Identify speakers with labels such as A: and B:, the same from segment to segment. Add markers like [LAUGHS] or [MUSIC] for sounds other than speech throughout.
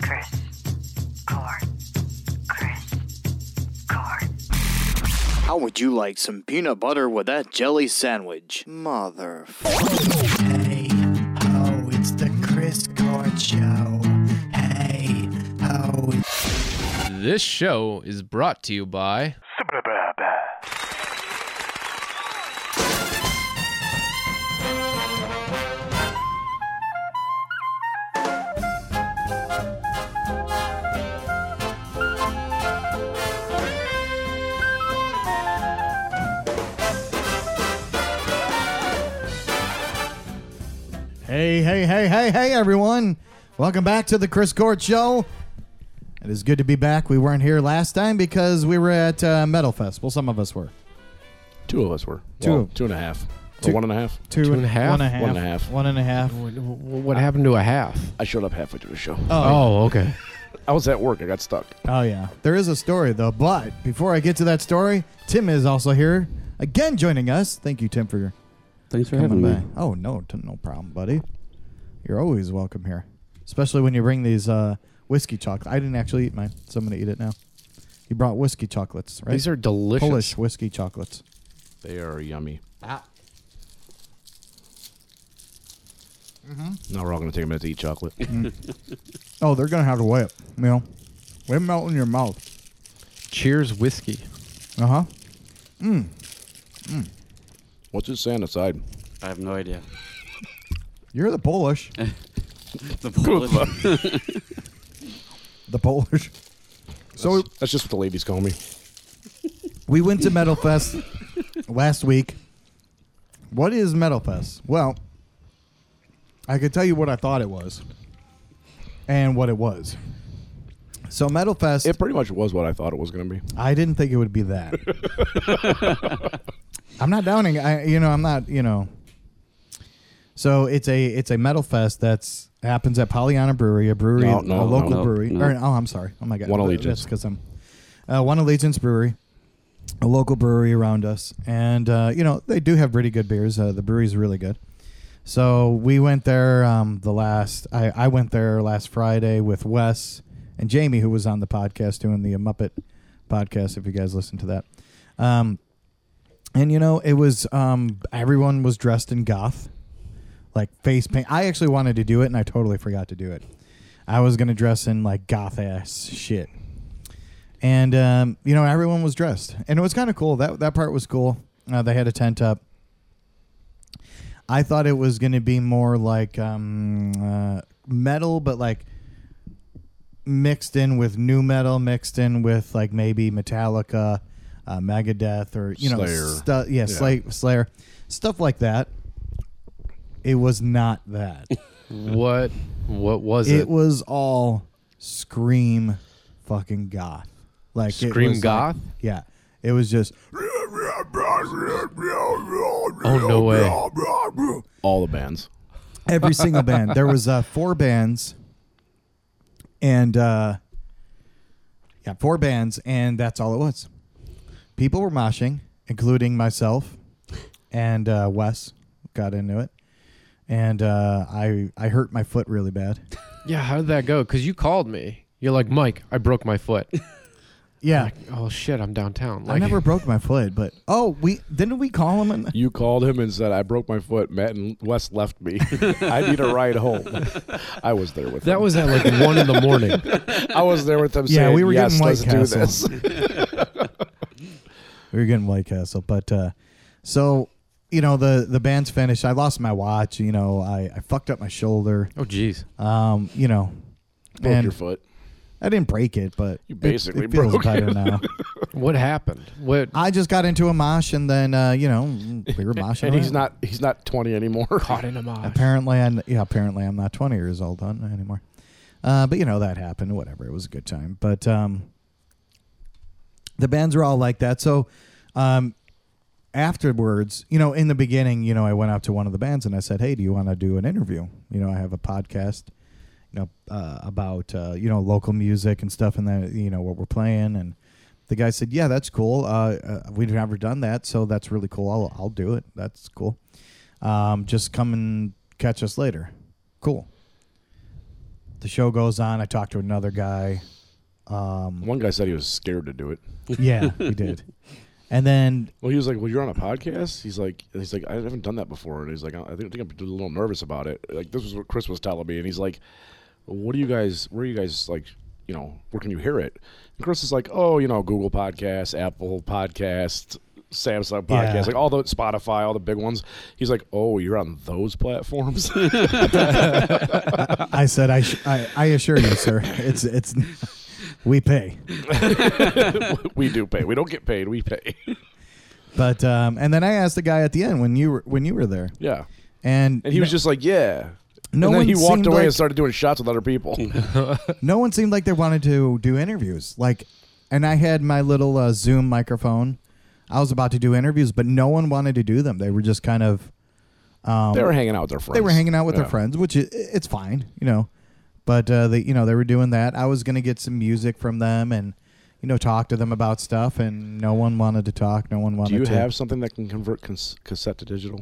A: Chris. Core. Chris. Core.
B: How would you like some peanut butter with that jelly sandwich?
C: Mother.
D: Hey, ho, it's the Chris Court Show. Hey, ho,
E: This show is brought to you by
D: Hey, hey, hey, hey, hey, everyone. Welcome back to the Chris Court Show. It is good to be back. We weren't here last time because we were at uh, Metal Fest. Well, some of us were.
F: Two of us were.
D: Two.
F: Well, two and a half. Or
D: Two.
F: one and a half.
D: Two,
E: and a half?
D: One and a half.
F: One and a half.
D: one and a half.
E: What happened to a half?
F: I showed up halfway through the show.
D: Uh,
E: Oh, okay.
F: I was at work. I got stuck.
D: Oh, yeah. There is a story, though. But before I get to that story, Tim is also here again joining us. Thank you, Tim, for your
G: Thanks for having
D: coming
G: me.
D: by. Oh, no, t- no problem, buddy. You're always welcome here, especially when you bring these uh, whiskey chocolates. I didn't actually eat mine, so I'm going to eat it now. You brought whiskey chocolates, right?
E: These are delicious.
D: Polish whiskey chocolates.
F: They are yummy. Now we're all going to take a minute to eat chocolate.
D: Oh, they're gonna have to wait. You know, they melt in your mouth.
E: Cheers whiskey.
D: Uh huh.
F: What's it saying aside?
G: I have no
D: [LAUGHS]
G: idea.
D: You're
G: [LAUGHS]
D: the Polish.
G: The Polish.
D: The Polish. So
F: That's just what the ladies call me.
D: we went to Metal Fest last week. What is Metal Fest? Well, I could tell you what I thought it was and what it was. So Metal Fest,
F: It pretty much was what I thought it was going to be.
D: I didn't think it would be that.
F: [LAUGHS]
D: I'm not downing. I you know I'm not you know. So it's a it's a metal fest that's happens at Pollyanna Brewery, a brewery,
F: No, no,
D: a local
F: no,
D: brewery.
G: no.
D: Or, oh, I'm sorry. Oh my god.
F: One
D: Th-
F: Allegiance.
D: That's because I'm uh, One Allegiance Brewery, a local brewery around us, and uh, you know they do have pretty good beers. Uh, the brewery's really good. So we went there um, the last. I, I went there last Friday with Wes and Jamie, who was on the podcast doing the Muppet podcast. If you guys listen to that, um, and you know it was um, everyone was dressed in goth, like face paint. I actually wanted to do it, and I totally forgot to do it. I was gonna dress in like goth ass shit, and um, you know everyone was dressed, and it was kind of cool. That that part was cool. Uh, they had a tent up. I thought it was going to be more like um, uh, metal, but like mixed in with new metal, mixed in with like maybe Metallica, uh, Megadeth, or you know,
F: Slayer.
D: stu- yeah, Slay- Slayer, stuff like that. It was not
E: [LAUGHS]
D: that.
E: What what was it?
D: it was all scream, fucking goth, like it
E: Scream
D: was like-
E: goth?
D: yeah, it was just
E: oh no way.
F: All the bands.
D: every single band. There was uh, four bands, and uh, yeah, four bands, and that's all it was. People were moshing, including myself and uh, Wes. Got into it, and uh, I I hurt my foot really bad.
E: Yeah, how did that go? Cuz you called me. You're like, "Mike, I broke my [LAUGHS] foot."
D: Yeah,
E: [LAUGHS] like, "Oh shit, I'm downtown." Like
D: I never broke my foot, but oh, we didn't we call him? [LAUGHS] And,
F: You called him and said, I broke my foot. Matt and Wes left me. [LAUGHS] I need a ride home. I was there with
E: That
F: him.
E: was at like 1 in the morning.
F: I was there with them
D: Yeah,
F: saying,
D: we were
F: yes,
D: getting White
F: let's
D: Castle."
F: do this. [LAUGHS]
D: we were getting White Castle, but uh, so you know the the band's finished. I lost my watch. You know, I I fucked up my shoulder.
E: Oh [LAUGHS] jeez.
D: Um, you know,
F: Broke
D: and
F: your foot.
D: I didn't break it, but
F: You
D: it-
F: basically
D: it, feels
F: broke
D: better now.
F: [LAUGHS]
E: What happened? What
D: I just got into a mosh, and then uh, you know we
F: [LAUGHS]
D: were moshing.
F: And he's
D: around.
F: not he's not 20 anymore.
E: caught in a mosh?
D: Apparently, I yeah. Apparently, I'm not 20 years old on anymore. Uh, but you know that happened. Whatever. It was a good time. But um, the bands were all like that. So um, afterwards, you know, in the beginning, you know, I went out to one of the bands and I said, "Hey, do you want to do an interview? You know, I have a podcast, you know, uh, about uh, you know local music and stuff, and then you know what we're playing." And the guy said, "Yeah, that's cool. Uh, uh, we've never done that, so that's really cool. I'll I'll do it. That's cool. Um, just come and catch us later. Cool." The show goes on. I talked to another
F: [LAUGHS]
D: guy. Um,
F: One guy said he was scared to do it.
D: yeah, he did. And then
F: Well, he was like, "Well, you're on a podcast." He's like, and "He's like, I haven't done that before." And he's like, "I I think, I think I'm a little nervous about it." Like this was what Chris was telling me, and he's like, "What do you guys? Where are you guys like? You know, where can you hear it?" And Chris is like, "Oh, you know, Google Podcasts, Apple Podcasts, Samsung Podcasts,
D: Yeah.
F: like all the Spotify, all the big ones." He's like, "Oh, you're on those platforms."
D: [LAUGHS]
F: [LAUGHS]
D: I said, I, sh- I, I assure you, sir, it's it's we pay.
F: we do pay. We don't get paid. We
D: [LAUGHS]
F: pay.
D: But um, and then I asked the guy at the end when you were when you were there,
F: yeah.
D: and
F: And he was just like, "Yeah."
D: No
F: and
D: one
F: then he walked
D: seemed
F: away
D: like-
F: and started doing shots with other
D: [LAUGHS]
F: people.
D: no one seemed like they wanted to do interviews. Like, and I had my little uh, Zoom microphone. I was about to do interviews, but no one wanted to do them. They were just kind of
F: they were hanging out with their friends.
D: they were hanging out with
F: Yeah.
D: their friends, which is, it's fine, you know. But uh, they, you know, they were doing that. I was gonna get some music from them and, you know, talk to them about stuff, and no one wanted to talk. No one wanted.
F: Do you
D: to.
F: have something that can convert cons- cassette to digital?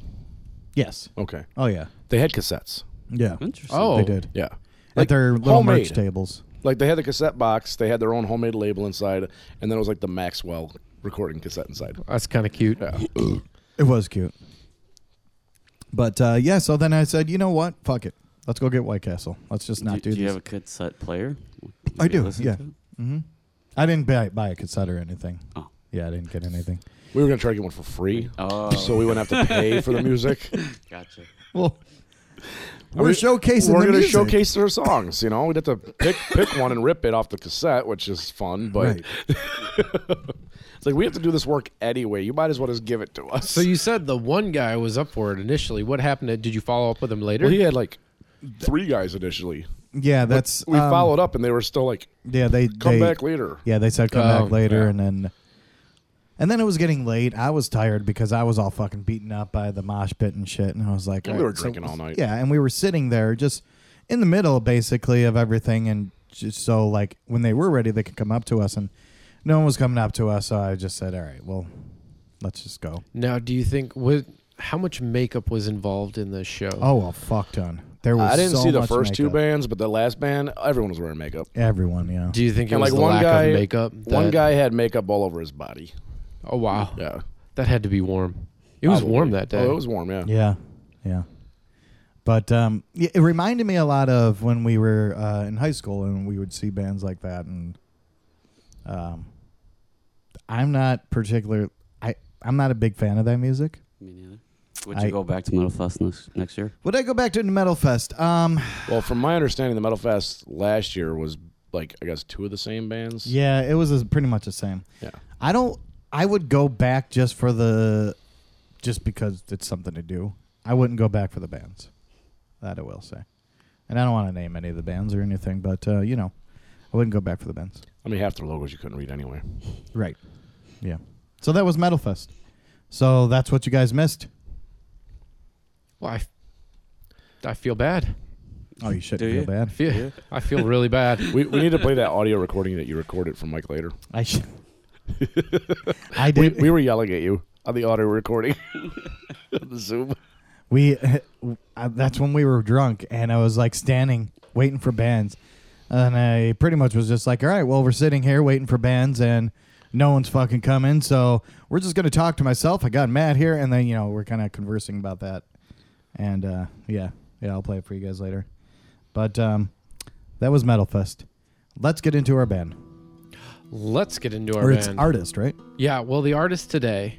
D: Yes.
F: Okay.
D: Oh yeah.
F: They had cassettes.
D: Yeah.
G: Interesting.
E: Oh,
D: They did.
F: Yeah.
D: At their little
F: homemade.
D: merch tables.
F: Like they had the cassette box, they had their own homemade label inside, and then it was like the Maxwell recording cassette inside.
E: That's kind of cute.
F: Yeah.
D: It was cute. But uh, yeah, so then I said, you know what? Fuck it. Let's go get White Castle. Let's just not
G: do,
D: do,
G: you
D: this.
G: have a cassette player?
D: I
G: You
D: do,
G: listen
D: yeah.
G: to it?
D: hmm I didn't buy, buy a cassette or anything.
G: Oh.
D: Yeah, I didn't get anything.
F: we were gonna try to get one for free.
G: Oh,
F: So we wouldn't have to pay for
D: [LAUGHS]
F: the music.
G: gotcha.
D: Well,
F: I
D: we're
F: mean,
D: showcasing.
F: We're
D: the
F: gonna
D: music.
F: showcase their songs, you know. We'd have to pick pick one and rip it off the cassette, which is fun. But
D: Right.
F: [LAUGHS] it's like we have to do this work anyway. You might as well just give it to us.
E: So you said the one guy was up for it initially. What happened? Did you follow up with him later?
F: well, he had like three guys initially.
D: Yeah, that's
F: We
D: um,
F: followed up, and they were still like,
D: Yeah, they they,
F: "Come back later."
D: Yeah, they said come
E: Oh,
D: back later,
F: yeah.
D: and then and then it was getting late. I was tired because I was all fucking beaten up by the mosh pit and shit, and I was like,
F: And we
D: "All
F: were drinking all night."
D: Yeah, and we were sitting there just in the middle, basically, of everything, and just so like when they were ready, they could come up to us, and no one was coming up to us, so I just said, "All right, well, let's just go."
E: now, do you think what? How much makeup was involved in this show?
D: Oh, a fuck ton. There was.
F: I didn't
D: so
F: see the
D: much
F: first two
D: makeup.
F: bands, but the last band, everyone was wearing makeup.
D: Everyone, yeah.
E: Do you think it
F: And
E: was
F: like
E: the
F: one
E: lack
F: guy,
E: of makeup?
F: one
E: that-
F: guy had makeup all over his body.
E: Oh wow,
F: Yeah,
E: that had to be warm. It was
F: Probably.
E: warm that day.
F: Oh, it was warm. Yeah,
D: Yeah, yeah. But um, y- it reminded me a lot of when we were uh, in high school and we would see bands like that. And um, I'm not particular. I I'm not a big fan of that music.
G: Me neither. Would you
D: I-
G: go back to Metal Fest next, next year?
D: Would I go back to the Metal Fest? Um,
F: Well, from my understanding, the Metal Fest last year was like I guess two of the same bands.
D: yeah, it was a, pretty much the same.
F: Yeah.
D: I don't. I would go back just for the, just because it's something to do. I wouldn't go back for the bands. That I will say, and I don't want to name any of the bands or anything, but uh, you know, I wouldn't go back for the bands.
F: I mean, half their logos you couldn't read anyway.
D: Right. Yeah. So that was Metal Fest. So that's what you guys missed.
E: Well, I, f- I feel bad.
D: Oh, you shouldn't
G: Do
D: feel
G: you?
E: I [LAUGHS]
D: bad.
E: feel, I feel really bad.
F: [LAUGHS] We, we need to play that audio recording that you recorded from Mike later.
D: I should. [LAUGHS] I
F: We,
D: did.
F: we were yelling at you on the audio recording, on the Zoom.
D: We, [LAUGHS] I, that's when we were drunk, and I was like standing waiting for bands, and I pretty much was just like, "All right, well, we're sitting here waiting for bands, and no one's fucking coming, so we're just gonna talk to myself." I got Matt here, and then you know we're kind of conversing about that, and uh, yeah, yeah, I'll play it for you guys later, but um, that was Metal Fest. Let's get into our band,
E: Let's get into our
D: or
E: band.
D: it's artist, right?
E: yeah. Well, the artist today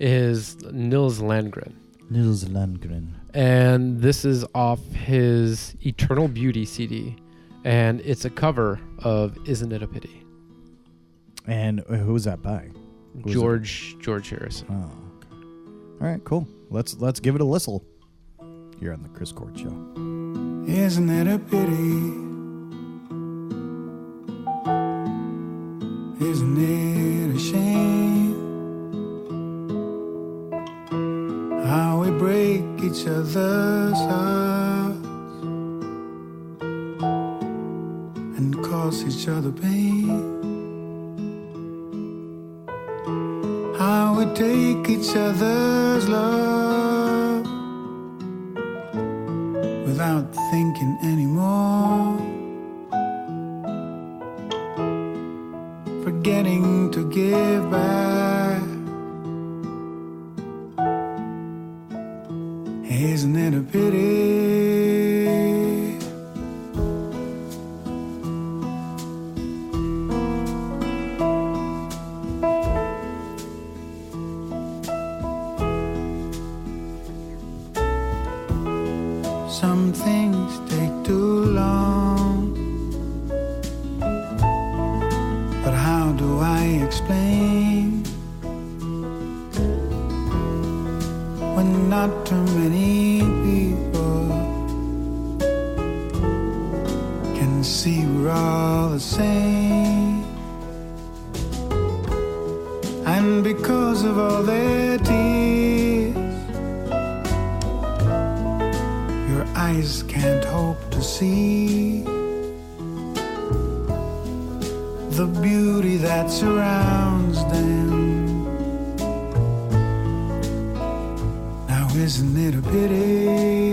E: is Nils Landgren,
D: Nils Landgren.
E: and this is off his Eternal Beauty CD, and it's a cover of "Isn't It a Pity."
D: And who was that by? Who's it?
E: George George Harrison.
D: Oh, okay. All right, cool. Let's let's give it a whistle. Here on the Chris Court Show.
C: Isn't it a pity? Isn't it a shame? How we break each other's hearts and cause each other pain. How we take each other's love without thinking anymore. forgetting to give back. Isn't it a pity? Some things take too long. But how do I explain when not too many people can see we're all the same? And because of all their tears, your eyes can't hope to see the beauty that surrounds them. Now, isn't it a pity?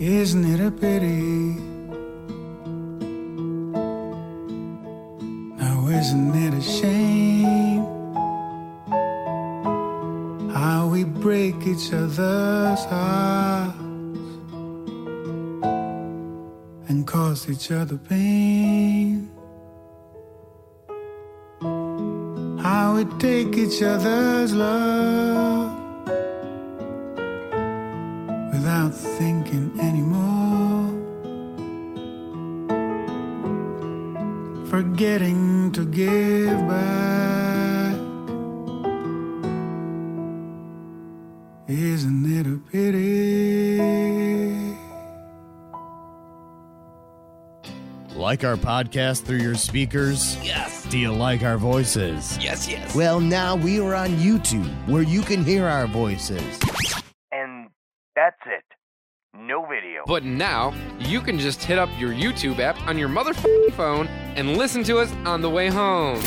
C: Isn't it a pity? Now, isn't it a shame how we break each other's hearts and cause each other pain? How we take each other's love without thinking anymore. Forgetting to give back. Isn't it a pity?
B: Like our podcast through your speakers? Yes. Do you like our voices? Yes, yes. Well, now we are on YouTube where you can hear our voices.
H: And that's it. No video.
E: But now you can just hit up your YouTube app on your motherfucking phone and listen to us on the way home.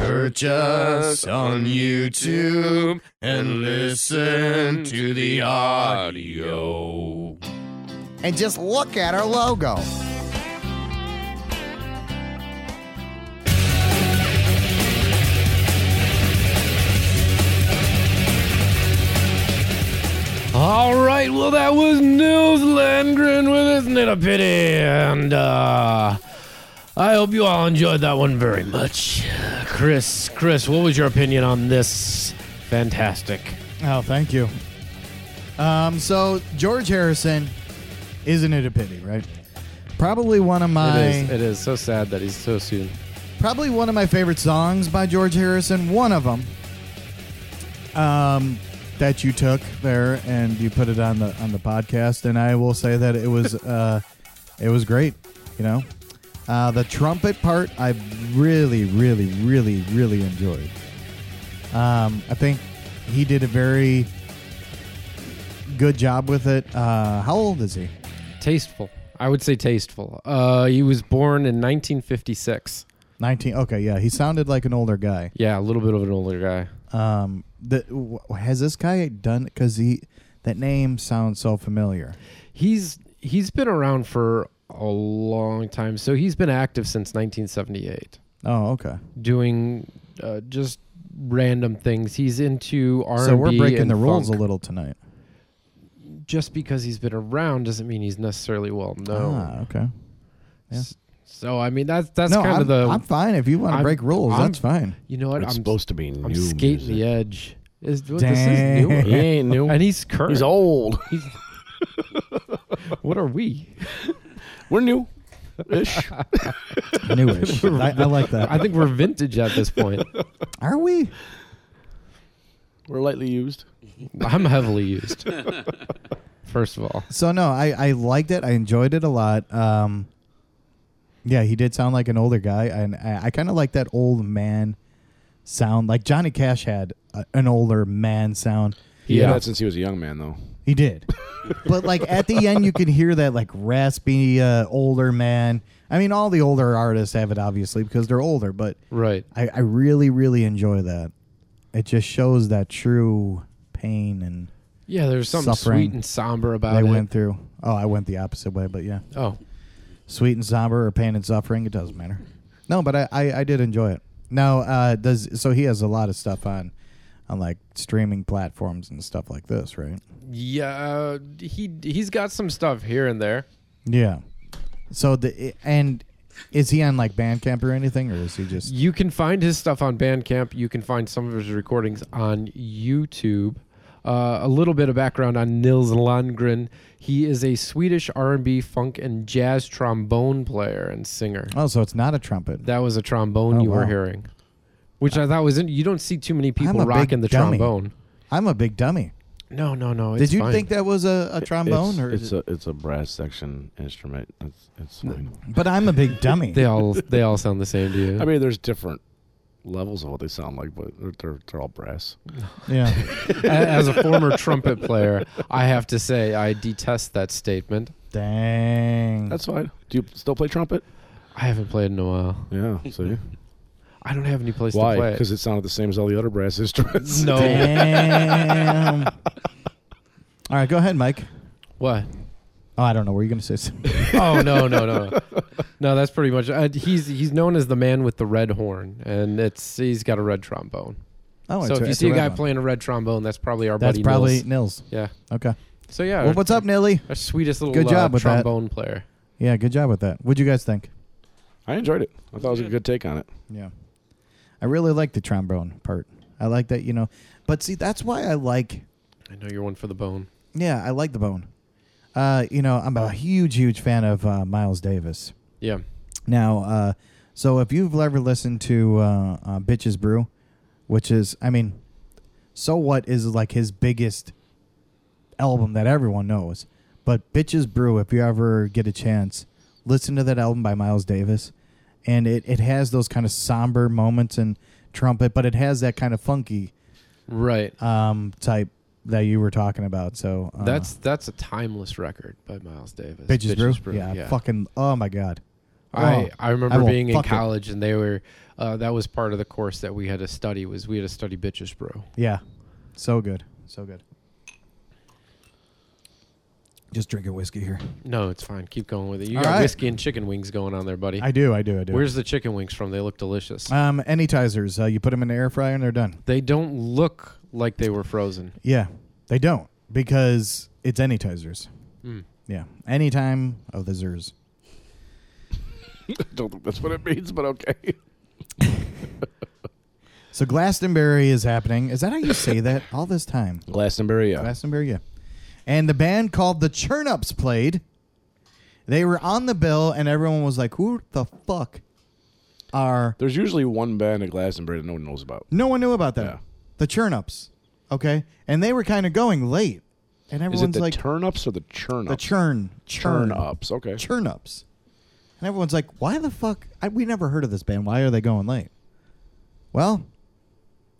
B: Search us on YouTube and listen to the audio. And just look at our logo.
E: All right, well, that was Nils Landgren with his Nita Pity, and uh, I hope you all enjoyed that one very much. Chris, Chris, what was your opinion on this? Fantastic.
D: Oh, thank you. Um, so George Harrison, isn't it a pity, right? Probably one of my
E: it is. It is so sad that he's so soon.
D: probably one of my favorite songs by George Harrison. One of them um, that you took there and you put it on the on the podcast, and I will say that it was uh, [LAUGHS] it was great. You know, uh, the trumpet part I really, really, really, really enjoyed. Um, I think he did a very good job with it. Uh, how old is he?
E: Tasteful. I would say tasteful. Uh, he was born in 1956.
D: 19. Okay, yeah, he sounded like an older guy.
E: Yeah, a little bit of an older guy.
D: Um, the, w- has this guy done? Because he that name sounds so familiar.
E: He's he's been around for a long time. So he's been active since 1978,
D: Oh, okay.
E: doing uh, just random things. He's into R&B.
D: so we're breaking
E: and
D: the rules
E: funk.
D: a little tonight.
E: Just because he's been around doesn't mean he's necessarily well known.
D: Ah, okay. yeah.
E: S- So I mean that's that's
D: no,
E: kind
D: I'm,
E: of the
D: I'm fine if you want to
E: I'm-
D: break rules.
E: I'm-
D: that's
E: [LAUGHS]
D: fine.
E: you know what
F: It's
E: I'm
F: supposed to be new.
E: I'm skating the
F: music.
E: edge. Is, this is
D: Dang.
E: new.
F: [LAUGHS] He ain't new.
E: And he's current.
F: He's old.
E: What are we?
F: We're new. Ish. [LAUGHS]
D: Newish.
E: [LAUGHS]
D: I, I like that.
E: I think we're vintage at this point.
D: Are we?
F: We're lightly used.
E: I'm heavily
F: [LAUGHS]
E: used. First of all,
D: So no, I, I liked it. I enjoyed it a lot. Um, yeah, he did sound like an older guy, and I, I kind of like that old man sound. Like Johnny Cash had a, an older man sound.
F: He yeah.
E: Yeah.
F: had that since he was a young man, though.
D: He did, but like at the end, you can hear that like raspy uh, older man. I mean, all the older artists have it obviously because they're older, but
E: right.
D: I, I really really enjoy that. It just shows that true pain and
E: Yeah, there's something
D: Suffering.
E: sweet and somber about
D: they
E: it.
D: went through. Oh, I went the opposite way, but yeah.
E: oh,
D: sweet and somber or pain and suffering it doesn't matter no but i i, I did enjoy it now uh does so he has a lot of stuff on on like streaming platforms and stuff like this right
E: yeah. uh, He he's got some stuff here and there.
D: yeah so the i- and is he on like bandcamp or anything or is he just
E: You can find his stuff on Bandcamp. You can find some of his recordings on YouTube. Uh, a little bit of background on Nils Landgren. He is a Swedish R&B, funk, and jazz trombone player and singer.
D: oh so it's not a trumpet
E: That was a trombone
D: Oh,
E: you were
D: wow.
E: hearing, which I thought was in, you don't see too many people
D: a big
E: rocking the
D: dummy.
E: trombone.
D: i'm a big dummy
E: No, no, no.
D: did
E: it's
D: you
E: fine.
D: think that was a, a trombone
F: it's,
D: or is
F: it's
D: it-
F: a it's a brass section instrument. It's it's fine.
D: but i'm a big dummy
E: [LAUGHS] they all they all sound the same to
D: [LAUGHS]
E: you?
F: I mean, there's different levels of what they sound like, but they're they're, they're all brass.
D: yeah
E: A- As a former trumpet player, I have to say I detest that statement.
D: dang
F: That's fine. Do you still play trumpet?
E: I haven't played in a while.
F: Yeah. See
E: I don't have any place to
F: why?
E: play. it.
F: Because it sounded the same as all the other brass [LAUGHS] instruments.
E: No. [LAUGHS]
D: damn [LAUGHS] all right go ahead mike
E: what?
D: oh i don't know were you gonna say something?
E: [LAUGHS] Oh no no no no! That's pretty much. Uh, he's he's known as the man with the red horn, and it's he's got a red trombone.
D: oh
E: so
D: it's
E: if you
D: it's
E: see a
D: red
E: guy
D: one.
E: playing a red trombone, that's probably our
D: That's
E: buddy.
D: probably
E: Nils.
D: Nils.
E: yeah.
D: Okay.
E: So yeah,
D: Well,
E: our-
D: what's up, Nilly?
E: our sweetest little
D: Good
E: uh,
D: job with that.
E: trombone player.
D: Yeah, good job with that. What'd you guys think?
F: [LAUGHS] I enjoyed it. I thought it was a good take on it.
D: Yeah. I really like the trombone part. I like that, you know. But see, that's why I like
E: I know you're one for the bone.
D: yeah, I like the bone. Uh, you know, I'm a huge, huge fan of uh, Miles Davis.
E: Yeah.
D: Now, uh, so if you've ever listened to uh, uh, Bitches Brew, which is, I mean, so what is like his biggest album that everyone knows, but Bitches Brew, if you ever get a chance, listen to that album by Miles Davis, and it, it has those kind of somber moments and trumpet, but it has that kind of funky
E: Right.
D: um, type that you were talking about. So uh,
E: that's that's a timeless record by Miles Davis.
D: Bitches, Brew.
E: Brew,
D: Yeah, fucking. Oh my god.
E: I,
D: Oh,
E: I remember
D: will
E: being in
D: fuck it.
E: college and they were uh, that was part of the course that we had to study was we had to study bitches brew.
D: Yeah. So good. So good. Just drinking whiskey here.
E: No, it's fine. Keep going with it. You
D: All
E: got
D: right.
E: whiskey and chicken wings going on there, buddy.
D: I do. I do. I do.
E: Where's the chicken wings from? They look delicious.
D: um, anytizers? Uh, you put them in the air fryer and they're done.
E: they don't look like they were frozen.
D: Yeah, they don't because it's anytizers.
E: Mm.
D: Yeah, any time of the zers.
F: [LAUGHS] Don't think that's what it means, but okay.
D: So Glastonbury is happening. Is that how you say that all this time?
F: [LAUGHS] Glastonbury, yeah.
D: Glastonbury, yeah. And the band called the Churnups played. They were on the bill, and everyone was like, "Who the fuck are
F: There's usually one band at Glastonbury that no one knows about.
D: No one knew about that.
F: Yeah.
D: The churnups. Okay. And they were kind of going late. And
F: Is it
D: everyone's
F: the
D: like
F: turnups or the churn
D: the
F: ups?
D: churn, churn,
F: ups. Okay.
D: churnups. And everyone's like, why the fuck? I, we never heard of this band. Why are they going late? Well,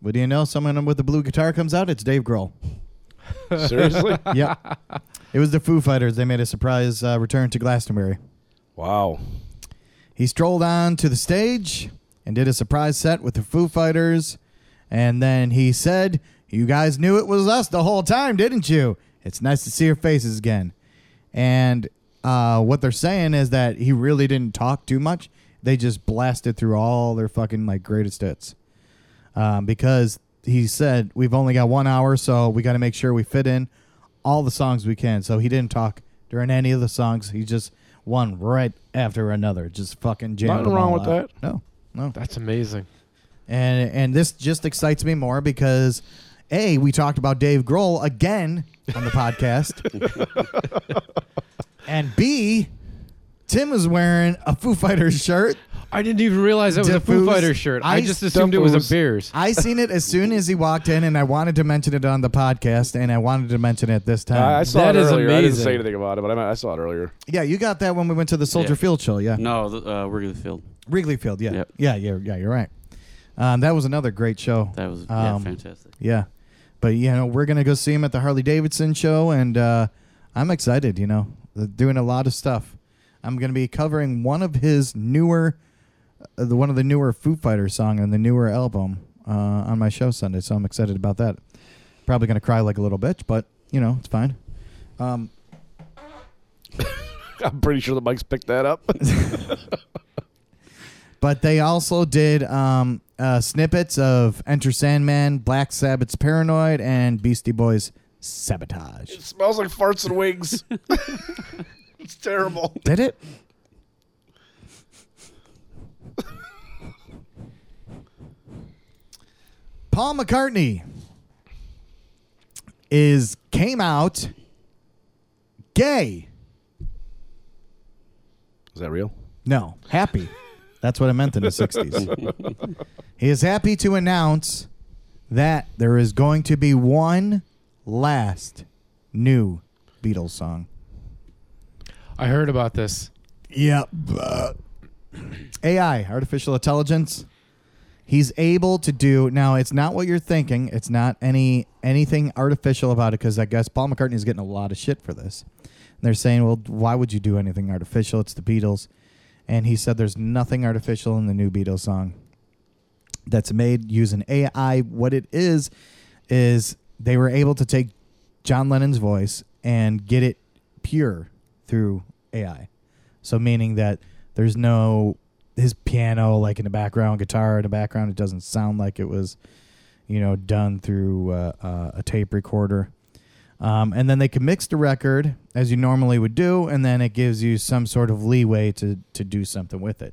D: what do you know? Someone with a blue guitar comes out. It's Dave Grohl.
F: [LAUGHS] Seriously? [LAUGHS]
D: Yep. it was the Foo Fighters. They made a surprise uh, return to Glastonbury.
F: wow.
D: He strolled on to the stage and did a surprise set with the Foo Fighters. And then he said, You guys knew it was us the whole time, didn't you? It's nice to see your faces again. And uh, what they're saying is that he really didn't talk too much. They just blasted through all their fucking like greatest hits. Um, because he said, We've only got one hour, so we got to make sure we fit in all the songs we can. So he didn't talk during any of the songs. He just one right after another, just fucking jammed.
F: Nothing
D: them
F: wrong
D: all
F: with
D: out. No, no.
E: That's amazing.
D: And and this just excites me more because, a we talked about Dave Grohl
F: [LAUGHS]
D: again on the podcast, and b Tim is wearing a Foo Fighters shirt.
E: I didn't even realize that was a Foo
D: Diffuse.
E: Fighter shirt. I,
D: I
E: just assumed it was
F: diffuse.
E: a Bears.
D: [LAUGHS] I seen it as soon as he walked in, and I wanted to mention it on the podcast, and I wanted to mention it this time.
F: Uh, I, I saw
E: That
F: it
E: is
F: earlier. I didn't
E: amazing.
F: say anything about it, but I, I saw it earlier. [LAUGHS]
D: yeah, you got that when we went to the Soldier
G: Yeah.
D: Field show. Yeah,
G: No, th- uh, we're gonna field.
D: Wrigley Field. Yeah,
G: Yep.
D: yeah, yeah, yeah. You're right. Um, that was another great show.
G: That was yeah,
D: Um,
G: fantastic.
D: Yeah. But you know, we're gonna go see him at the Harley Davidson show, and uh, I'm excited. You know, They're doing a lot of stuff. I'm gonna be covering one of his newer, uh, the one of the newer Foo Fighters song and the newer album uh, on my show Sunday. So I'm excited about that. Probably gonna cry like a little bitch, but you know, it's fine. Um,
F: I'm pretty sure the Mike's picked that up. [LAUGHS]
D: But they also did um, uh, snippets of Enter Sandman, Black Sabbath's Paranoid, and Beastie Boys' Sabotage.
F: it smells like farts and [LAUGHS] wings. it's terrible.
D: Did it? Paul McCartney is came out gay.
F: Is that real?
D: No, happy. That's what I meant in the 60s. he is happy to announce that there is going to be one last new Beatles song.
E: I heard about this.
D: Yep. AI, artificial intelligence. He's able to do now. It's not what you're thinking. It's not any anything artificial about it because I guess Paul McCartney is getting a lot of shit for this. And they're saying, "Well, why would you do anything artificial? It's the Beatles." And he said, "There's nothing artificial in the new Beatles song that's made using AI. What it is is they were able to take John Lennon's voice and get it pure through AI." So meaning that there's no his piano like in the background, guitar in the background. It doesn't sound like it was, you know, done through uh, uh, a tape recorder. Um, and then they can mix the record as you normally would do, and then it gives you some sort of leeway to to do something with it,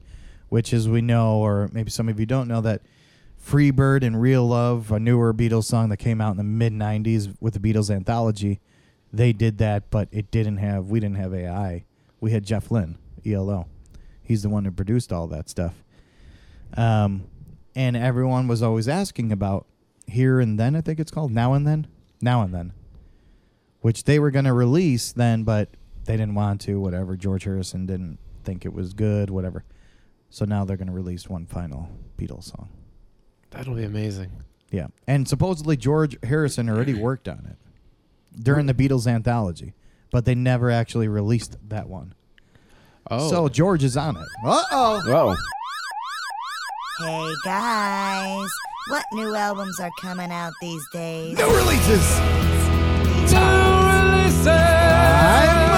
D: which as we know, or maybe some of you don't know that. Free Bird and Real Love, a newer Beatles song that came out in the mid 90s with the Beatles anthology. They did that, but it didn't have, we didn't have AI. We had Jeff Lynne, ELO. He's the one who produced all that stuff. Um, and everyone was always asking about Here and Then, I think it's called Now and Then. Now and Then, which they were going to release then, but they didn't want to, whatever. George Harrison didn't think it was good, whatever. So now they're going to release one final Beatles song.
E: That'll be amazing.
D: Yeah, and supposedly George Harrison already worked on it during the Beatles anthology, but they never actually released that one.
E: Oh,
D: So George is on it. Uh oh.
F: Wow.
I: Hey guys, what new albums are coming out these days?
D: No releases.
I: These new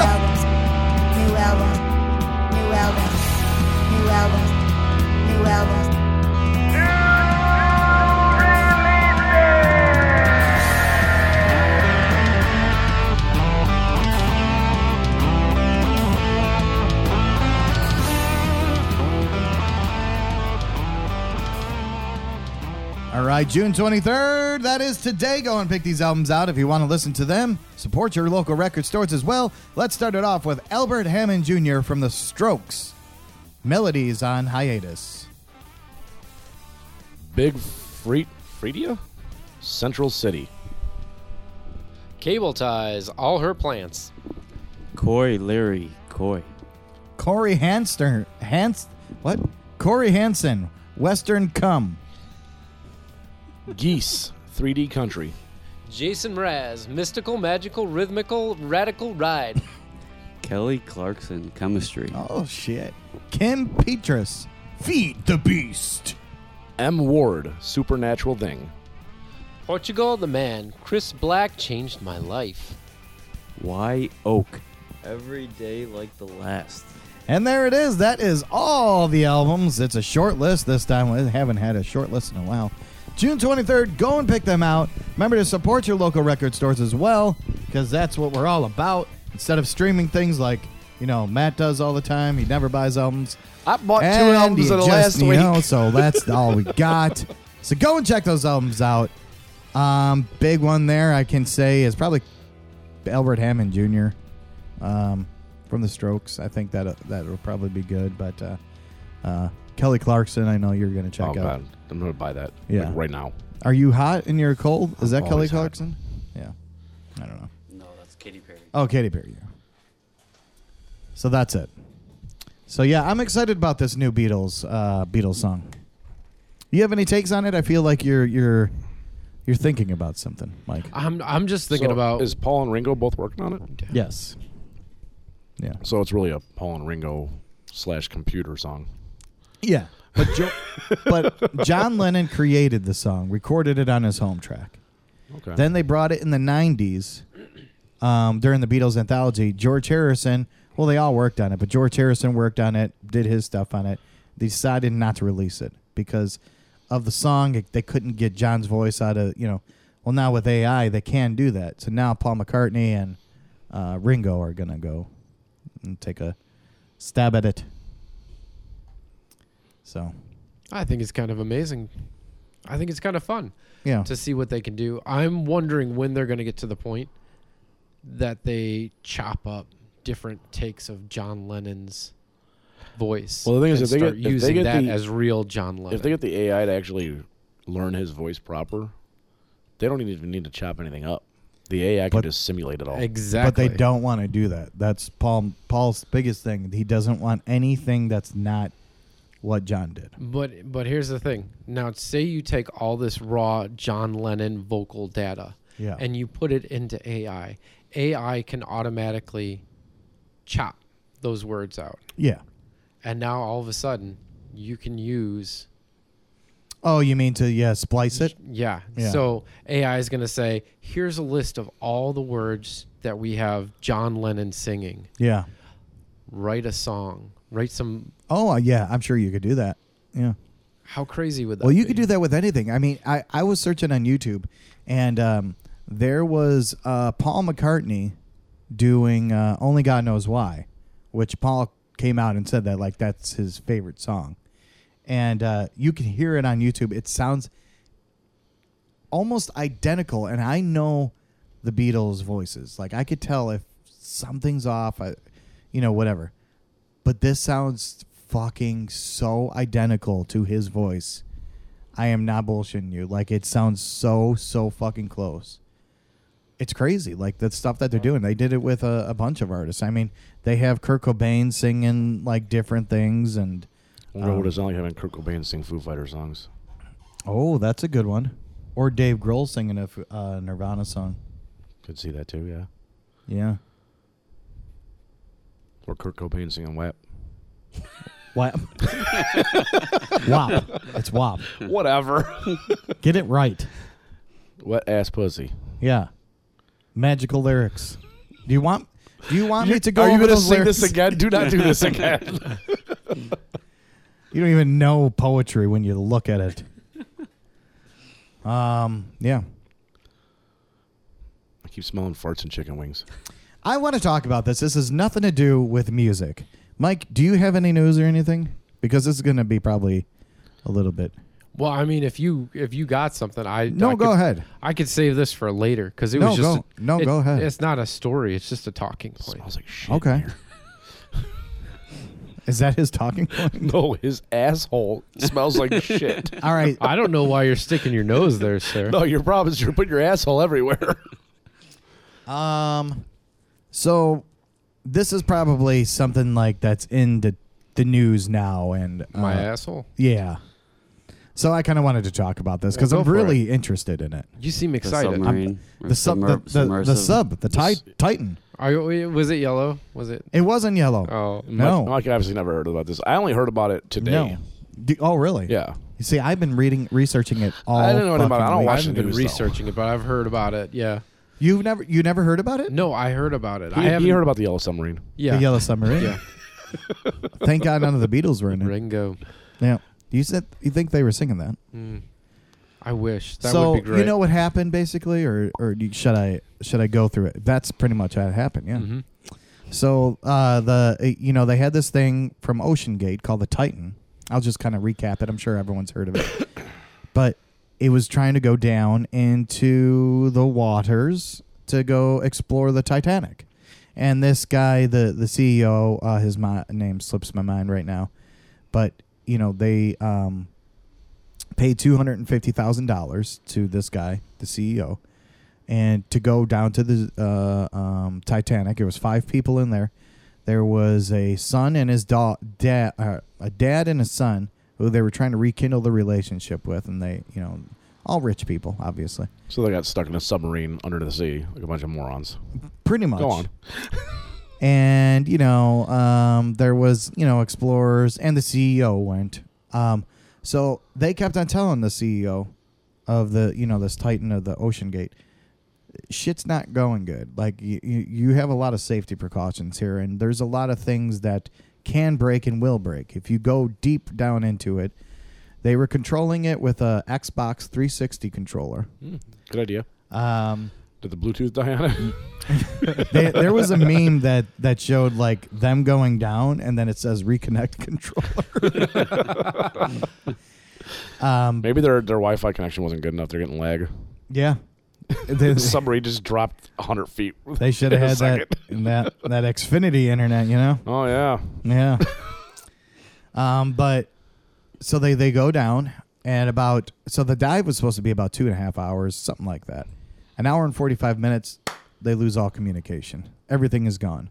I: albums, new albums, new albums, new albums, new albums.
D: All right, June 23rd. That is today. Go and pick these albums out if you want to listen to them. Support your local record stores as well. Let's start it off with Albert Hammond Jr. from The Strokes. Melodies on hiatus.
F: Big Freet Freedia? Central City.
E: cable ties all her plants.
G: Coy, Larry, Coy.
D: Corey Hanster, Hans, what? Corey Hansen, Western Come.
F: Geese. 3D Country.
E: Jason Mraz, mystical, magical, rhythmical, radical ride.
G: Kelly Clarkson, chemistry.
D: Oh shit. Kim Petras. Feed the beast.
F: M. Ward. Supernatural Thing.
E: Portugal the man. Chris Black changed my life.
G: Why Oak? Every day like the last.
D: And there it is. That is all the albums. It's a short list this time. We haven't had a short list in a while. June 23rd, go and pick them out. Remember to support your local record stores as well, because that's what we're all about. Instead of streaming things like, you know, Matt does all the time, he never buys albums.
F: I bought two
D: And
F: albums
D: you
F: in the
D: just
F: last week.
D: know, [LAUGHS] so that's all
F: [LAUGHS]
D: we got. So go and check those albums out. Um, big one there I can say is probably Albert Hammond Jr. Um, from the Strokes. I think that uh, that will probably be good. But uh, uh, Kelly Clarkson, I know you're going to check
F: oh
D: out.
F: god, I'm gonna buy that. like,
D: Yeah.
F: right now.
D: Are you hot and you're cold? Is that
F: I'm
D: Kelly
F: always hot.
D: Clarkson? Yeah, I don't know.
J: No, that's Katy Perry.
D: Oh, Katy Perry. Yeah. So that's it. So yeah, I'm excited about this new Beatles uh, Beatles song. You have any takes on it? I feel like you're you're you're thinking about something, Mike.
E: I'm I'm just thinking
F: So,
E: about
F: is Paul and Ringo both working on it?
D: Yes. Yeah.
F: So it's really a Paul and Ringo slash computer song.
D: Yeah. But jo- but John Lennon created the song, recorded it on his home track.
F: Okay.
D: Then they brought it in the 90s um, during the Beatles anthology. George Harrison, well, they all worked on it, but George Harrison worked on it, did his stuff on it, decided not to release it because of the song. It, they couldn't get John's voice out of, you know, well, now with AI, they can do that. So now Paul McCartney and uh, Ringo are going to go and take a stab at it. So,
E: I think it's kind of amazing. I think it's kind of fun
D: yeah.
E: to see what they can do. I'm wondering when they're going to get to the point that they chop up different takes of John Lennon's voice.
F: Well, the thing is,
E: and
F: if they
E: start
F: get- if they
E: using
F: get
E: that
F: the-
E: as real John Lennon.
F: If they get the AI to actually learn his voice proper, they don't even need to chop anything up. The AI can
D: But-
F: just simulate it all.
E: exactly,
D: But they don't want to do that. That's Paul Paul's biggest thing. He doesn't want anything that's not what John did.
E: But but here's the thing. Now say you take all this raw John Lennon vocal data
D: Yeah.
E: and you put it into AI. AI can automatically chop those words out.
D: Yeah.
E: And now all of a sudden you can use
D: Oh, you mean to yeah, splice it?
E: yeah.
D: Yeah.
E: So AI is going to say, "Here's a list of all the words that we have John Lennon singing.
D: Yeah.
E: Write a song. Write some
D: Oh, uh, yeah, I'm sure you could do that. Yeah.
E: How crazy would that
D: Well, you
E: be?
D: could do that with anything. I mean, I I was searching on YouTube and um there was uh Paul McCartney doing uh, Only God Knows Why, which Paul came out and said that like that's his favorite song. And uh, you can hear it on YouTube. It sounds almost identical, and I know the Beatles' voices. Like I could tell if something's off, I, you know, whatever. But this sounds fucking so identical to his voice. I am not bullshitting you. Like it sounds so so fucking close it's crazy. Like the stuff that they're doing. They did it with a, a bunch of artists. I mean, they have Kurt Cobain singing like different things, and
F: I wonder what
D: Um,
F: it's not like having Kurt Cobain sing Foo Fighter songs.
D: oh, that's a good one. Or Dave Grohl singing a f- uh, Nirvana song.
F: Could see that too, yeah.
D: Yeah.
F: Or Kurt Cobain singing WAP.
D: Wap. [LAUGHS] wop. It's wop.
F: Hmm. [LAUGHS] Whatever.
D: Get it right.
F: Wet ass pussy.
D: Yeah. Magical lyrics. Do you want? Do you want me to go
F: Are you
D: over
F: gonna
D: those
F: sing
D: lyrics?
F: this again?
D: [LAUGHS]
F: Do not do this again.
D: You don't even know poetry when you look at it. Um. Yeah.
F: [LAUGHS] I keep smelling farts and chicken wings.
D: I want to talk about this. This has nothing to do with music. Mike, do you have any news or anything? Because this is going to be probably a little bit.
E: Well, I mean, if you if you got something, I
D: No,
E: I
D: go
E: could-
D: ahead.
E: I could save this for later because it
D: No,
E: was just
D: go- no,
E: it-
D: go ahead.
E: It's not a story; it's just a talking point.
F: [LAUGHS] Smells like shit.
D: Okay.
E: [LAUGHS]
D: Is that his talking
E: [LAUGHS]
D: point?
F: No, his asshole smells [LAUGHS] like shit.
D: All right.
E: I don't know why you're sticking your nose there, sir.
F: [LAUGHS] No, your problem is you're putting your asshole everywhere.
D: Um, so this is probably something like that's in the, the news now, and uh,
E: My asshole.
D: yeah. So I kind of wanted to talk about this because
E: Yeah, go
D: I'm
E: for
D: really interested in it.
E: You seem
J: The
E: excited.
D: I'm-
J: submarine. or
D: the sub, the,
J: submer-
D: the, the
J: submersive.
D: sub, the ti- Titan.
E: Are you- was it yellow? Was it?
D: It wasn't yellow.
E: Oh,
D: No.
F: Mike, Mike obviously never heard about this. I only heard about it today.
D: No. Do- oh, really?
F: Yeah.
D: You see, I've been reading, researching it all.
F: I didn't know anything about it. I
D: fucking
F: don't
D: week.
E: I
F: watch
E: haven't
F: the
E: been
F: news, though.
E: researching it, but I've heard about it. Yeah.
D: You've never, you never heard about it?
E: No, I heard about it. I
F: He,
E: haven't
F: he heard about the Yellow Submarine.
E: Yeah.
D: The Yellow Submarine.
E: Yeah.
D: [LAUGHS] Thank God none of the Beatles were in it.
E: Ringo. Hmm.
D: Yeah. You said you think they were singing that?
E: I wish that
D: so
E: would be great.
D: you know what happened basically, or or do you- should I should I go through it? That's pretty much how it happened.
F: Mm-hmm.
D: Yeah.
E: Mhm.
D: So uh, the uh, you know they had this thing from Ocean Gate called the Titan. I'll just kind of recap it. I'm sure everyone's heard of it, but it was trying to go down into the waters to go explore the Titanic, And this guy, the the CEO, uh, his my, name slips my mind right now, but you know they um, paid two hundred and fifty thousand dollars to this guy, the E CEO, and to go down to the uh, um, Titanic. It was five people in there. There was a son and his da- dad, uh, a dad and a son who they were trying to rekindle the relationship with, and they, you know, all rich people, obviously,
F: So they got stuck in a submarine under the sea, like a bunch of morons.
D: pretty much.
F: Go on.
D: and you know um, there was you know explorers and the ceo went um, so they kept on telling the ceo of the you know this titan of the ocean gate shit's not going good like you, you have a lot of safety precautions here and there's a lot of things that can break and will break if you go deep down into it they were controlling it with a xbox 360 controller
F: Hmm. Good idea.
D: um,
F: Did the Bluetooth die on it?
D: Mm.
F: [LAUGHS]
D: they, there was a meme that that showed like them going down and then it says reconnect controller um
F: Maybe their their Wi-Fi connection wasn't good enough. They're getting lag. [LAUGHS]
D: yeah they, [LAUGHS]
F: The submarine just dropped 100 feet. [LAUGHS]
D: they should have
F: in a
D: had that
F: second. [LAUGHS]
D: that that xfinity internet you know
F: Oh yeah.
D: yeah [LAUGHS] um but so they they go down and about so the dive was supposed to be about two and a half hours something like that an hour and 45 minutes they lose all communication everything is gone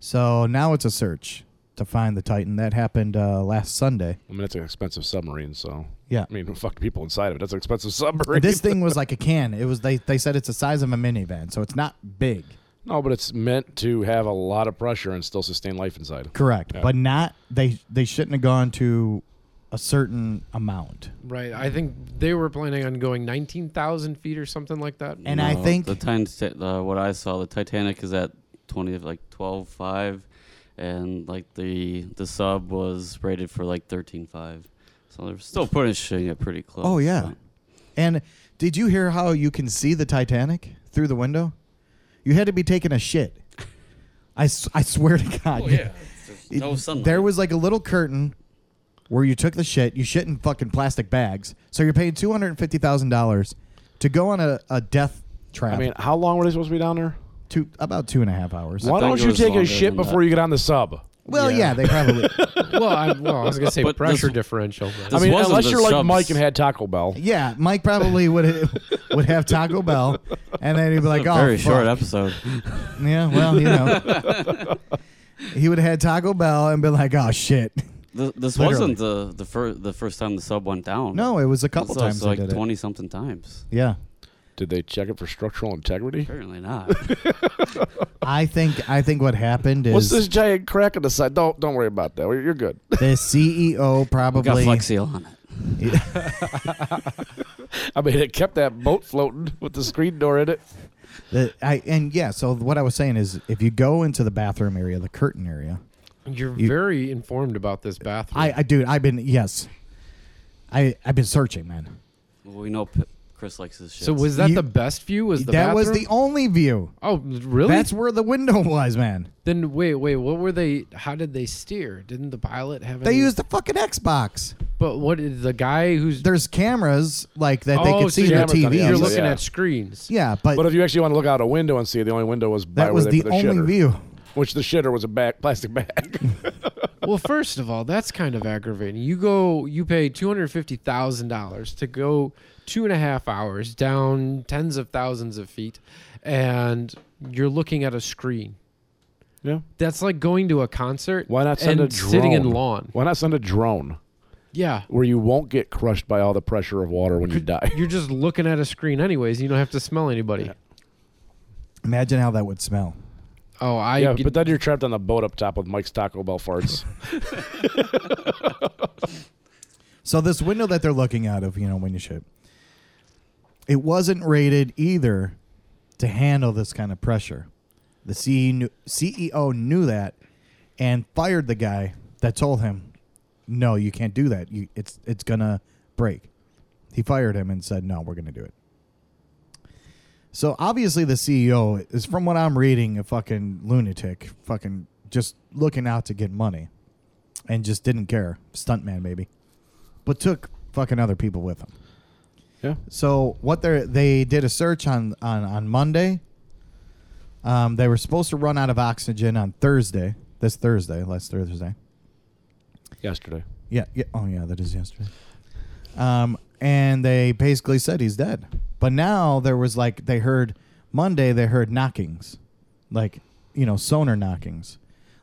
D: so now it's a search to find the titan that happened uh, last sunday
F: I mean, that's an expensive submarine, so.
D: Yeah.
F: I mean, fuck people inside of it. That's an expensive [LAUGHS] submarine.
D: this thing was like a can it was they, they said it's the size of a minivan so it's not big
F: No, but it's meant to have a lot of pressure and still sustain life inside.
D: correct
F: Yeah.
D: but not they they shouldn't have gone to a certain amount
E: Right. I think they were planning on going 19,000 feet or something like that.
D: And I think-
J: the time uh, what I saw the Titanic is at twenty like twelve five, and like the the sub was rated for like thirteen five, so they're still pushing it pretty close.
D: Oh, yeah.
J: so.
D: And did you hear how you can see the Titanic through the window? You had to be taking a shit. I, s- I swear to God. It-
J: no sunlight.
D: There was like a little curtain where you took the shit. You shit in fucking plastic bags. So you're paying two hundred and fifty thousand dollars to go on a, a death trap.
F: I mean, how long were they supposed to be down there?
D: two, about two and a half hours.
F: Why
J: think
F: don't
J: it
F: you
J: was
F: take a
J: longer
F: shit
J: than that.
F: before you get on the sub?
D: Well, yeah, they probably.
E: well, I, well, I was going to say
J: But
E: pressure
J: this-
E: differential. but-
J: this
F: I mean,
J: wasn't
F: unless
J: the
F: you're like
J: subs.
F: Mike and had Taco Bell.
D: yeah, Mike probably would [LAUGHS] would have Taco Bell, and then he'd be [LAUGHS] like, "Oh,
J: very short
D: fuck."
J: episode. [LAUGHS]
D: Yeah, well, you know. he would have had Taco Bell and been like, oh, shit.
J: Th- this
D: Literally.
J: wasn't the the first the first time the sub went down.
D: No, it was a couple
J: So
D: times
J: it's
D: they
J: like
D: did
J: twenty something times.
D: it. Yeah.
F: Did they check it for structural integrity?
D: [LAUGHS]
J: Apparently not.
D: I think I think what happened
F: What's
D: is
F: this giant crack on the side? Don't don't worry about that. You're you're good. [LAUGHS]
D: the
E: [LAUGHS]
D: CEO
J: Got
D: probably
J: Flex Seal on it.
F: I mean, it kept that boat floating [LAUGHS] with the screen door in it.
D: the, I and yeah, so what I was saying is if you go into the bathroom area, the curtain area,
E: You're
D: you-
E: very informed about this bathroom.
D: I, I dude, I've been yes. I I've been searching, man.
J: Well, we know P- Chris likes his shit.
E: so was that
D: You-
E: the best view? Was the
D: that was
E: bathroom?
D: the only view.
E: oh really?
D: That's where the window [LAUGHS] was, man.
E: then wait, wait. What were they? How did they steer? Didn't the pilot have?
D: They
E: any-
D: used the fucking Xbox.
E: But what is the guy who's?
D: There's cameras like that they
E: oh,
D: could
E: so
D: see
E: you're-
D: the
F: cameras on the
D: TV.
E: You're
F: outside,
E: looking
F: yeah.
E: at screens.
D: Yeah, but,
F: But if you actually want to look out a window and see, it, the only window was by
D: that
F: where
D: was
F: they
D: the
F: put
D: only
F: shitter,
D: view.
F: Which the shitter was a back plastic
J: [LAUGHS]
F: bag. [LAUGHS]
E: Well, first of all, that's kind of aggravating. You go, you pay two hundred fifty thousand dollars to go two and a half hours down tens of thousands of feet, and you're looking at a screen.
F: yeah.
E: That's like going to a concert.
F: Why not send
E: and
F: a drone?
E: sitting in lawn?
F: Why not send a drone
E: Yeah,
F: where you won't get crushed by all the pressure of water when you die?
E: you're just looking at a screen anyways. You don't have to smell anybody.
D: Imagine how that would smell.
E: Oh, I
F: [LAUGHS] yeah,
E: get-
F: but then you're trapped on the boat up top with Mike's Taco Bell farts.
D: So this window that they're looking out of, you know, when you ship, it wasn't rated either to handle this kind of pressure. The CE knew- CEO knew that and fired the guy that told him, "No, you can't do that. You, it's it's gonna break." He fired him and said, "No, we're gonna do it." So obviously, the CEO is, from what I'm reading, a fucking lunatic, fucking just looking out to get money, and just didn't care, stuntman maybe but took fucking other people with them.
F: Yeah.
D: So what they they did a search on on on Monday. Um, they were supposed to run out of oxygen on Thursday. This Thursday, last Thursday.
F: yesterday.
D: Yeah, yeah. Oh, yeah. That is yesterday. Um, and they basically said he's dead. But now there was like they heard Monday they heard knockings, like you know sonar knockings,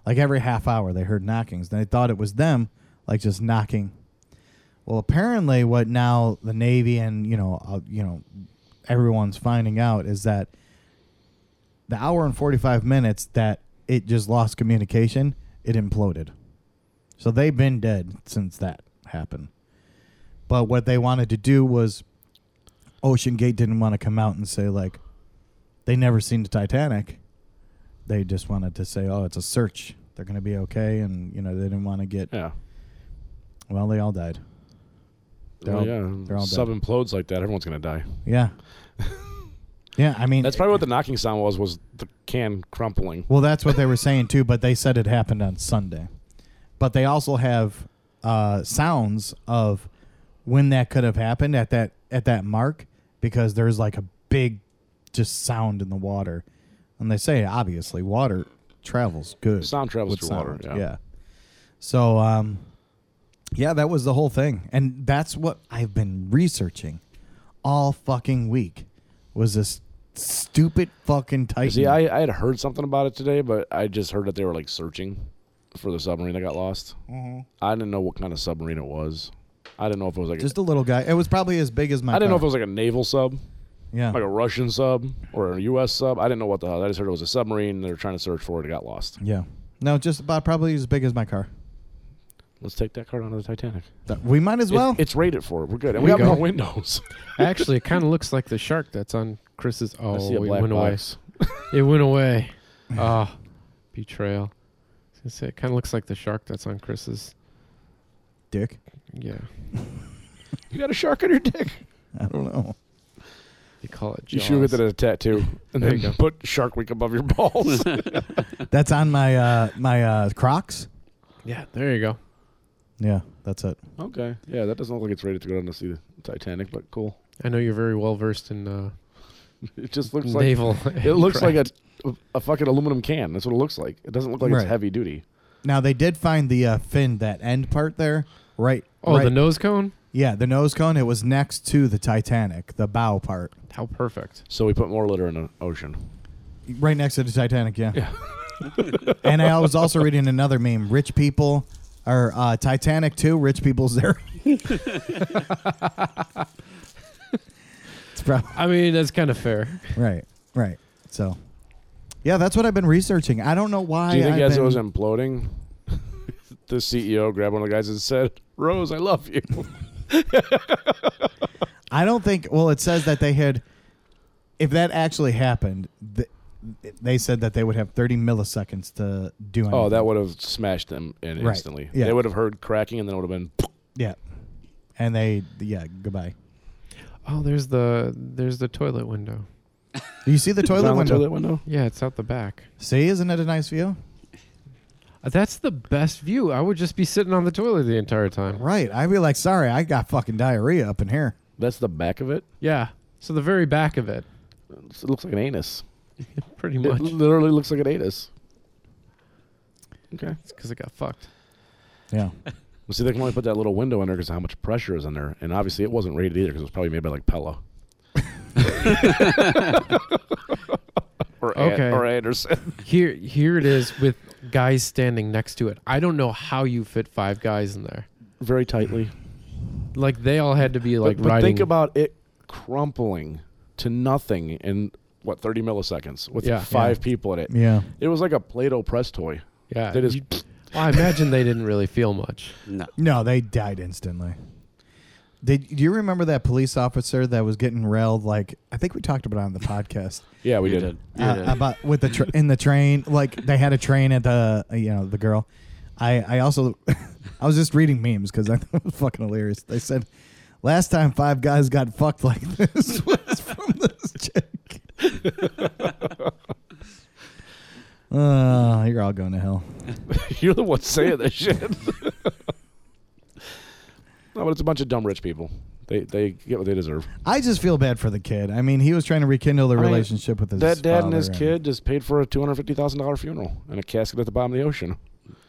D: like every half hour they heard knockings. They thought it was them, like just knocking. Well, apparently, what now the Navy and you know uh, you know everyone's finding out is that the hour and forty five minutes that it just lost communication, it imploded. So they've been dead since that happened. But what they wanted to do was Ocean Gate didn't want to come out and say like they never seen the Titanic. They just wanted to say, "Oh, it's a search. They're going to be okay." And you know, they didn't want to get
F: Yeah.
D: Well, they all died. They're
F: Oh,
D: all-
F: yeah.
D: they're all dead.
F: Sub implodes like that. Everyone's gonna die. [LAUGHS]
D: Yeah. yeah, I mean
F: That's probably what the knocking sound was. Was the can crumpling?
D: [LAUGHS] Well, that's what they were saying too, but they said it happened on Sunday. But they also have uh, sounds of when that could have happened at that at that mark because there's like a big just sound in the water, and they say obviously water travels good.
F: Sound travels
D: with
F: through water, yeah.
D: So, um, yeah, that was the whole thing, and that's what I've been researching all fucking week was this stupid fucking Titan.
F: See, I, I had heard something about it today, but I just heard that they were like searching for the submarine that got lost.
D: Mhm.
F: I didn't know what kind of submarine it was. I didn't know if it was like
D: Just a little guy. It was probably as big as
F: I
D: my.
F: I didn't know if it
D: car.
F: was like a naval sub,
D: Yeah.
F: like a Russian sub or a U.S. sub. I didn't know what the hell. I just heard it was a submarine. and They were trying to search for it. It got lost.
D: Yeah. No, just about probably as big as my car.
F: Let's take that card onto the Titanic.
D: That- We might as well.
F: It- it's rated for it. We're good. And
E: We
F: we got
E: go.
F: more windows.
E: Actually, it kind of looks like the shark that's on Chris's. Oh,
F: [LAUGHS] I see a
E: it
F: black
E: went
F: box.
E: away. It went
F: [LAUGHS]
E: away. Ah, betrayal. I was gonna say, it kind of looks like the shark that's on Chris's.
D: Dick.
E: Yeah,
F: You got a shark on your dick.
D: I don't know. [LAUGHS]
E: they call it.
F: You
E: Jaws.
F: should get that as a [LAUGHS] tattoo, and
E: There
F: then
E: you go.
F: put Shark Week above your [LAUGHS] balls.
D: That's on my uh my uh Crocs.
E: Yeah, there you go.
D: Yeah, that's it.
F: okay. Yeah, that doesn't look like it's rated to go down to see the Titanic, but cool. [LAUGHS]
E: I know you're very well versed in uh,
F: It just looks like
E: naval. [LAUGHS]
D: [LAUGHS]
F: It looks like a a fucking aluminum can. That's what it looks like. It doesn't look like
D: Right.
F: it's heavy duty.
D: Now they did find the uh, fin that end part there, right?
E: Oh,
D: right-
E: the nose cone.
D: yeah, the nose cone. It was next to the Titanic, the bow part,
E: How perfect.
F: So we put more litter in the ocean.
D: right next to the Titanic. Yeah. [LAUGHS] and I was also reading another meme: rich people or uh, Titanic two, rich people's there. [LAUGHS] it's probably.
E: I mean, that's kind of fair.
F: [LAUGHS]
D: Right, right. So, yeah, that's what I've been researching. I don't know why.
F: Do you think
D: I've
F: as it um,
D: been-
F: was imploding, [LAUGHS] the CEO grabbed one of the guys and said, "Rose, I love [LAUGHS] you."
D: I don't think. Well, it says that they had. If that actually happened, th- they said that they would have 30 milliseconds to do. Anything.
F: oh, that would have smashed them in
D: Right.
F: instantly.
D: Yeah.
F: They would have heard cracking, and then it would have been.
D: Yeah, and they yeah goodbye.
E: Oh, there's the there's the toilet window.
D: Do you see the toilet window?
F: Toilet window.
E: Yeah, it's out the back.
D: See, isn't it a nice view?
E: Uh, That's the best view. I would just be sitting on the toilet the entire time.
D: Right. I'd be like, sorry, I got fucking diarrhea up in here.
F: That's the back of it.
E: Yeah. So the very back of it,
F: It's- It looks like an anus.
E: pretty
F: It
E: much,
F: literally looks like an anus. Okay.
E: because it got fucked.
D: Yeah.
F: Well, see, they can only put that little window in there because of how much pressure is in there, and obviously it wasn't rated either because it was probably made by like Pella. [LAUGHS] or An-
E: Okay.
F: or Anderson.
E: Here, here it is with guys standing next to it. I don't know how you fit five guys in there.
F: Very tightly.
E: Like they all had to be like
F: but, but
E: riding.
F: think about it crumpling to nothing in what thirty milliseconds with
E: Yeah.
F: five people in it.
D: [LAUGHS] Yeah.
F: It was like a Play-Doh press toy.
E: yeah.
F: They just
E: you- well, I imagine they didn't really feel much.
J: No.
D: No, they died instantly. Did do you remember that police officer that was getting railed? Like I think we talked about it on the [LAUGHS] podcast.
F: [SNIFFS] yeah, we
J: You
F: did.
J: did.
D: uh, about with the tra- in the train like they had a train at the uh, you know the girl i i also [LAUGHS] i was just reading memes because i thought it was fucking hilarious they said last time five guys got fucked like [LAUGHS] this was from this chick [LAUGHS] uh, you're all going to hell
F: [LAUGHS] You're the one [LAUGHS] saying this shit. no, but it's a bunch of dumb rich people. They they get what they deserve.
D: I just feel bad for the kid. I mean, he was trying to rekindle the
F: I mean,
D: relationship with his
F: that dad and his
D: father
F: kid just paid for a two hundred fifty thousand dollar funeral and a casket at the bottom of the ocean.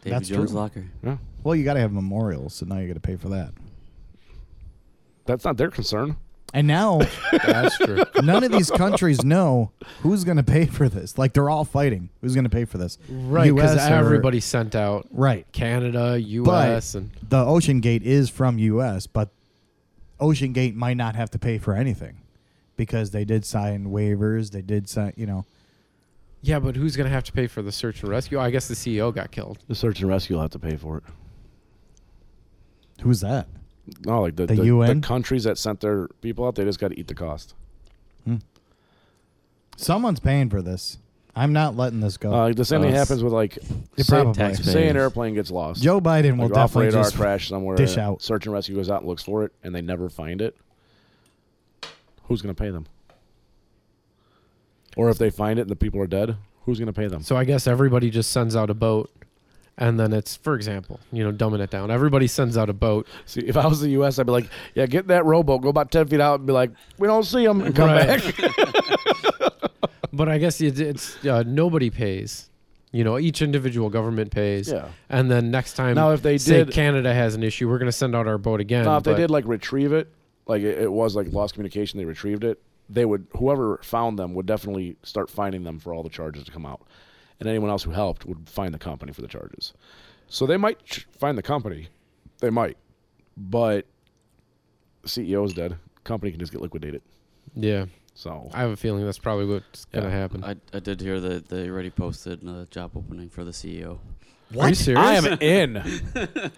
J: David
D: That's
J: Jones
D: true.
J: locker.
F: Yeah,
D: Well, you got to have memorials, so now you got to pay for that.
F: that's not their concern.
D: And
F: [LAUGHS]
D: now
E: That's true.
D: none of these countries know who's going to pay for this. Like they're all fighting. Who's going to pay for this?
E: [LAUGHS] Right, because
D: US or-
E: everybody sent out
D: Right.
E: Canada, U.S.,
D: But
E: and
D: the Ocean Gate is from U.S., but Ocean Gate might not have to pay for anything because they did sign waivers. They did sign, you know.
E: yeah, but who's gonna have to pay for the search and rescue? I guess the CEO got killed.
F: The search and rescue will have to pay for it.
D: Who's that?
F: No, like the
D: The
F: the,
D: UN?
F: the countries that sent their people out, they just got to eat the cost.
D: Someone's paying for this. I'm not letting this go.
F: Uh, the same thing
J: Us.
F: happens with like
D: It
F: say,
D: probably-
J: Taxpayers.
F: say an airplane gets lost.
D: Joe Biden will
F: like off
D: definitely
F: radar
D: just
F: crash somewhere.
D: dish out.
F: Search and rescue goes out and looks for it, and they never find it. Who's going to pay them? Or if they find it and the people are dead, who's going to pay them?
E: So I guess everybody just sends out a boat, and then it's, for example, you know, dumbing it down. Everybody sends out a
F: [LAUGHS]
E: boat.
F: See, if I was the U.S., I'd be like, "Yeah, get that rowboat, go about ten feet out, and be like, we don't see them, and come
E: Right.
D: [LAUGHS]
F: back."
E: But I guess it's, it's uh, nobody pays. You know, each individual government pays.
F: Yeah.
E: And then next time,
F: Now, if they
E: say
F: did-
E: Canada has an issue, we're going to send out our boat again.
F: Now, if they
E: but-
F: did like retrieve it, like it, it was like lost communication, they retrieved it. They would whoever found them would definitely start finding them for all the charges to come out, and anyone else who helped would find the company for the charges. So they might ch- find the company, they might, but CEO is dead. Company can just get liquidated.
E: yeah,
F: So
E: I have a feeling that's probably what's going to
F: Yeah.
E: happen.
J: I, I did hear that they already posted a job opening for the E CEO.
E: Are you serious?
J: [LAUGHS]
F: in.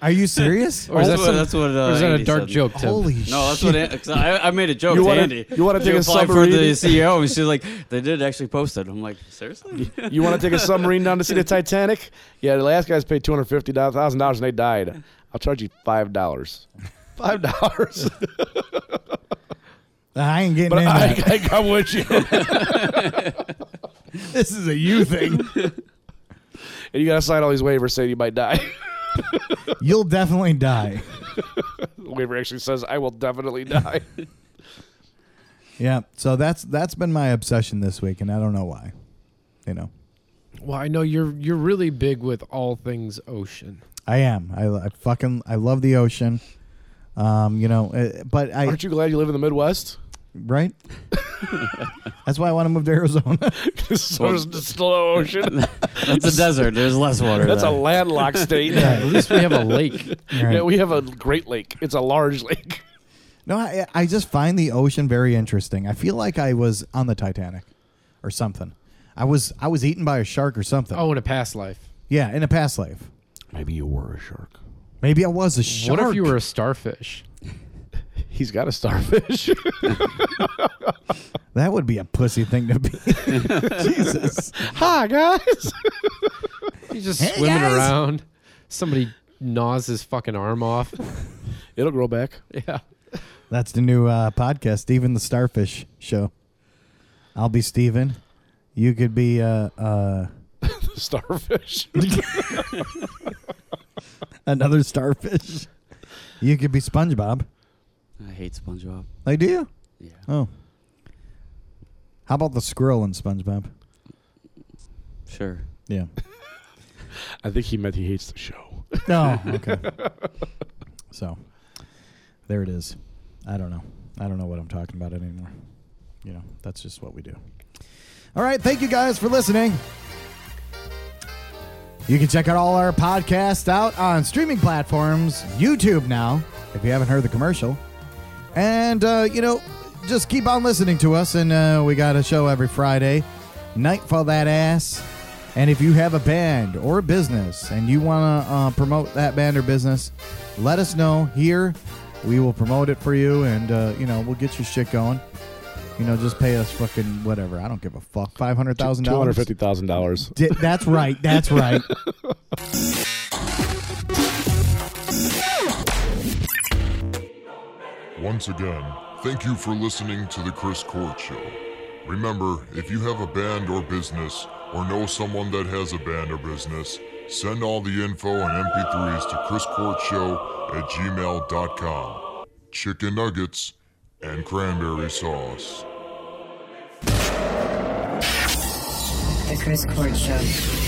D: Are you
F: [LAUGHS]
D: serious?
E: Or is that
J: That's what-
E: some-
J: that's what, uh,
E: or is that a
J: Andy
E: dark
J: said.
E: joke, Tim?
D: Holy
J: No, that's
D: shit.
J: what An- 'cause I, I made a joke
F: You
J: to
F: wanna-
J: Andy.
F: you wanna
J: to
F: take a
J: apply for
F: submarine?
J: the CEO? And she's like, they did actually post it. I'm like, seriously?
F: You want to take a submarine down to see the Titanic? Yeah, the last guys paid two hundred fifty thousand dollars and they died. I'll charge you five dollars. [LAUGHS] Five dollars.
D: I ain't getting
F: [LAUGHS] But
D: in
F: I,
D: that.
F: I come with you. [LAUGHS] and
D: [LAUGHS] this is a you
F: [LAUGHS]
D: thing.
F: you gotta sign all these waivers saying you might die. [LAUGHS]
D: You'll definitely die.
F: the waiver actually says I will definitely die.
D: Yeah. So that's that's been my obsession this week, and I don't know why. You know,
E: Well, I know you're you're really big with all things ocean.
D: I am. I, I fucking I love the ocean. Um, you know, uh, but I
F: Aren't you glad you live in the [LAUGHS] Midwest?
E: [LAUGHS]
D: right. that's why I want to move to Arizona.
F: so there's just no ocean.
J: That's a desert. There's less water.
F: That's a [LAUGHS]
J: there.
F: landlocked state.
E: [LAUGHS] At least we have a
F: [LAUGHS]
E: lake.
F: Yeah, we have a great lake. It's a large lake.
D: No, I, I just find the ocean very interesting. I feel like I was on the Titanic or something. I was I was eaten by a shark or something.
E: Oh, in a past life.
D: yeah, in a past life.
F: Maybe you were a shark.
D: Maybe I was a shark.
E: What if you were a starfish?
F: He's got a starfish.
D: That would be a pussy thing
E: [LAUGHS]
D: to be. [LAUGHS] Jesus.
F: Hi Ah, guys.
E: He's just
D: Hey,
E: swimming
D: guys.
E: around. Somebody gnaws his fucking arm off.
F: [LAUGHS] It'll grow [LAUGHS] back.
E: Yeah.
D: That's the new uh, podcast, Steven the Starfish Show. I'll be Steven. You could be. Uh, uh,
F: Starfish. [LAUGHS]
D: another starfish. [LAUGHS] You could be SpongeBob.
J: I hate SpongeBob.
D: Like, do you?
J: Yeah.
D: Oh. How about the squirrel in SpongeBob?
J: Sure.
D: [LAUGHS] Yeah.
F: I think he meant he hates the show. [LAUGHS]
D: No. Oh, Okay. so, there it is. I don't know. I don't know what I'm talking about anymore. You know, that's just what we do. All right. Thank you guys for listening. You can check out all our podcasts out on streaming platforms, YouTube now, if you haven't heard the commercial. And, uh, you know, just keep on listening to us. And uh, we got a show every Friday. Night for that ass. And if you have a band or a business and you want to uh, promote that band or business, let us know here. We will promote it for you and, uh, you know, we'll get your shit going. You know, just pay us fucking whatever. I don't give a fuck. $500,000.
F: Two hundred fifty thousand dollars.
D: Di- That's right. That's
F: [LAUGHS]
D: right.
K: Once again, thank you for listening to The Chris Court Show. Remember, if you have a band or business, or know someone that has a band or business, send all the info and MP3s to chriscourtshow at gmail.com.
C: chicken nuggets, and cranberry sauce.
I: The Chris Court Show.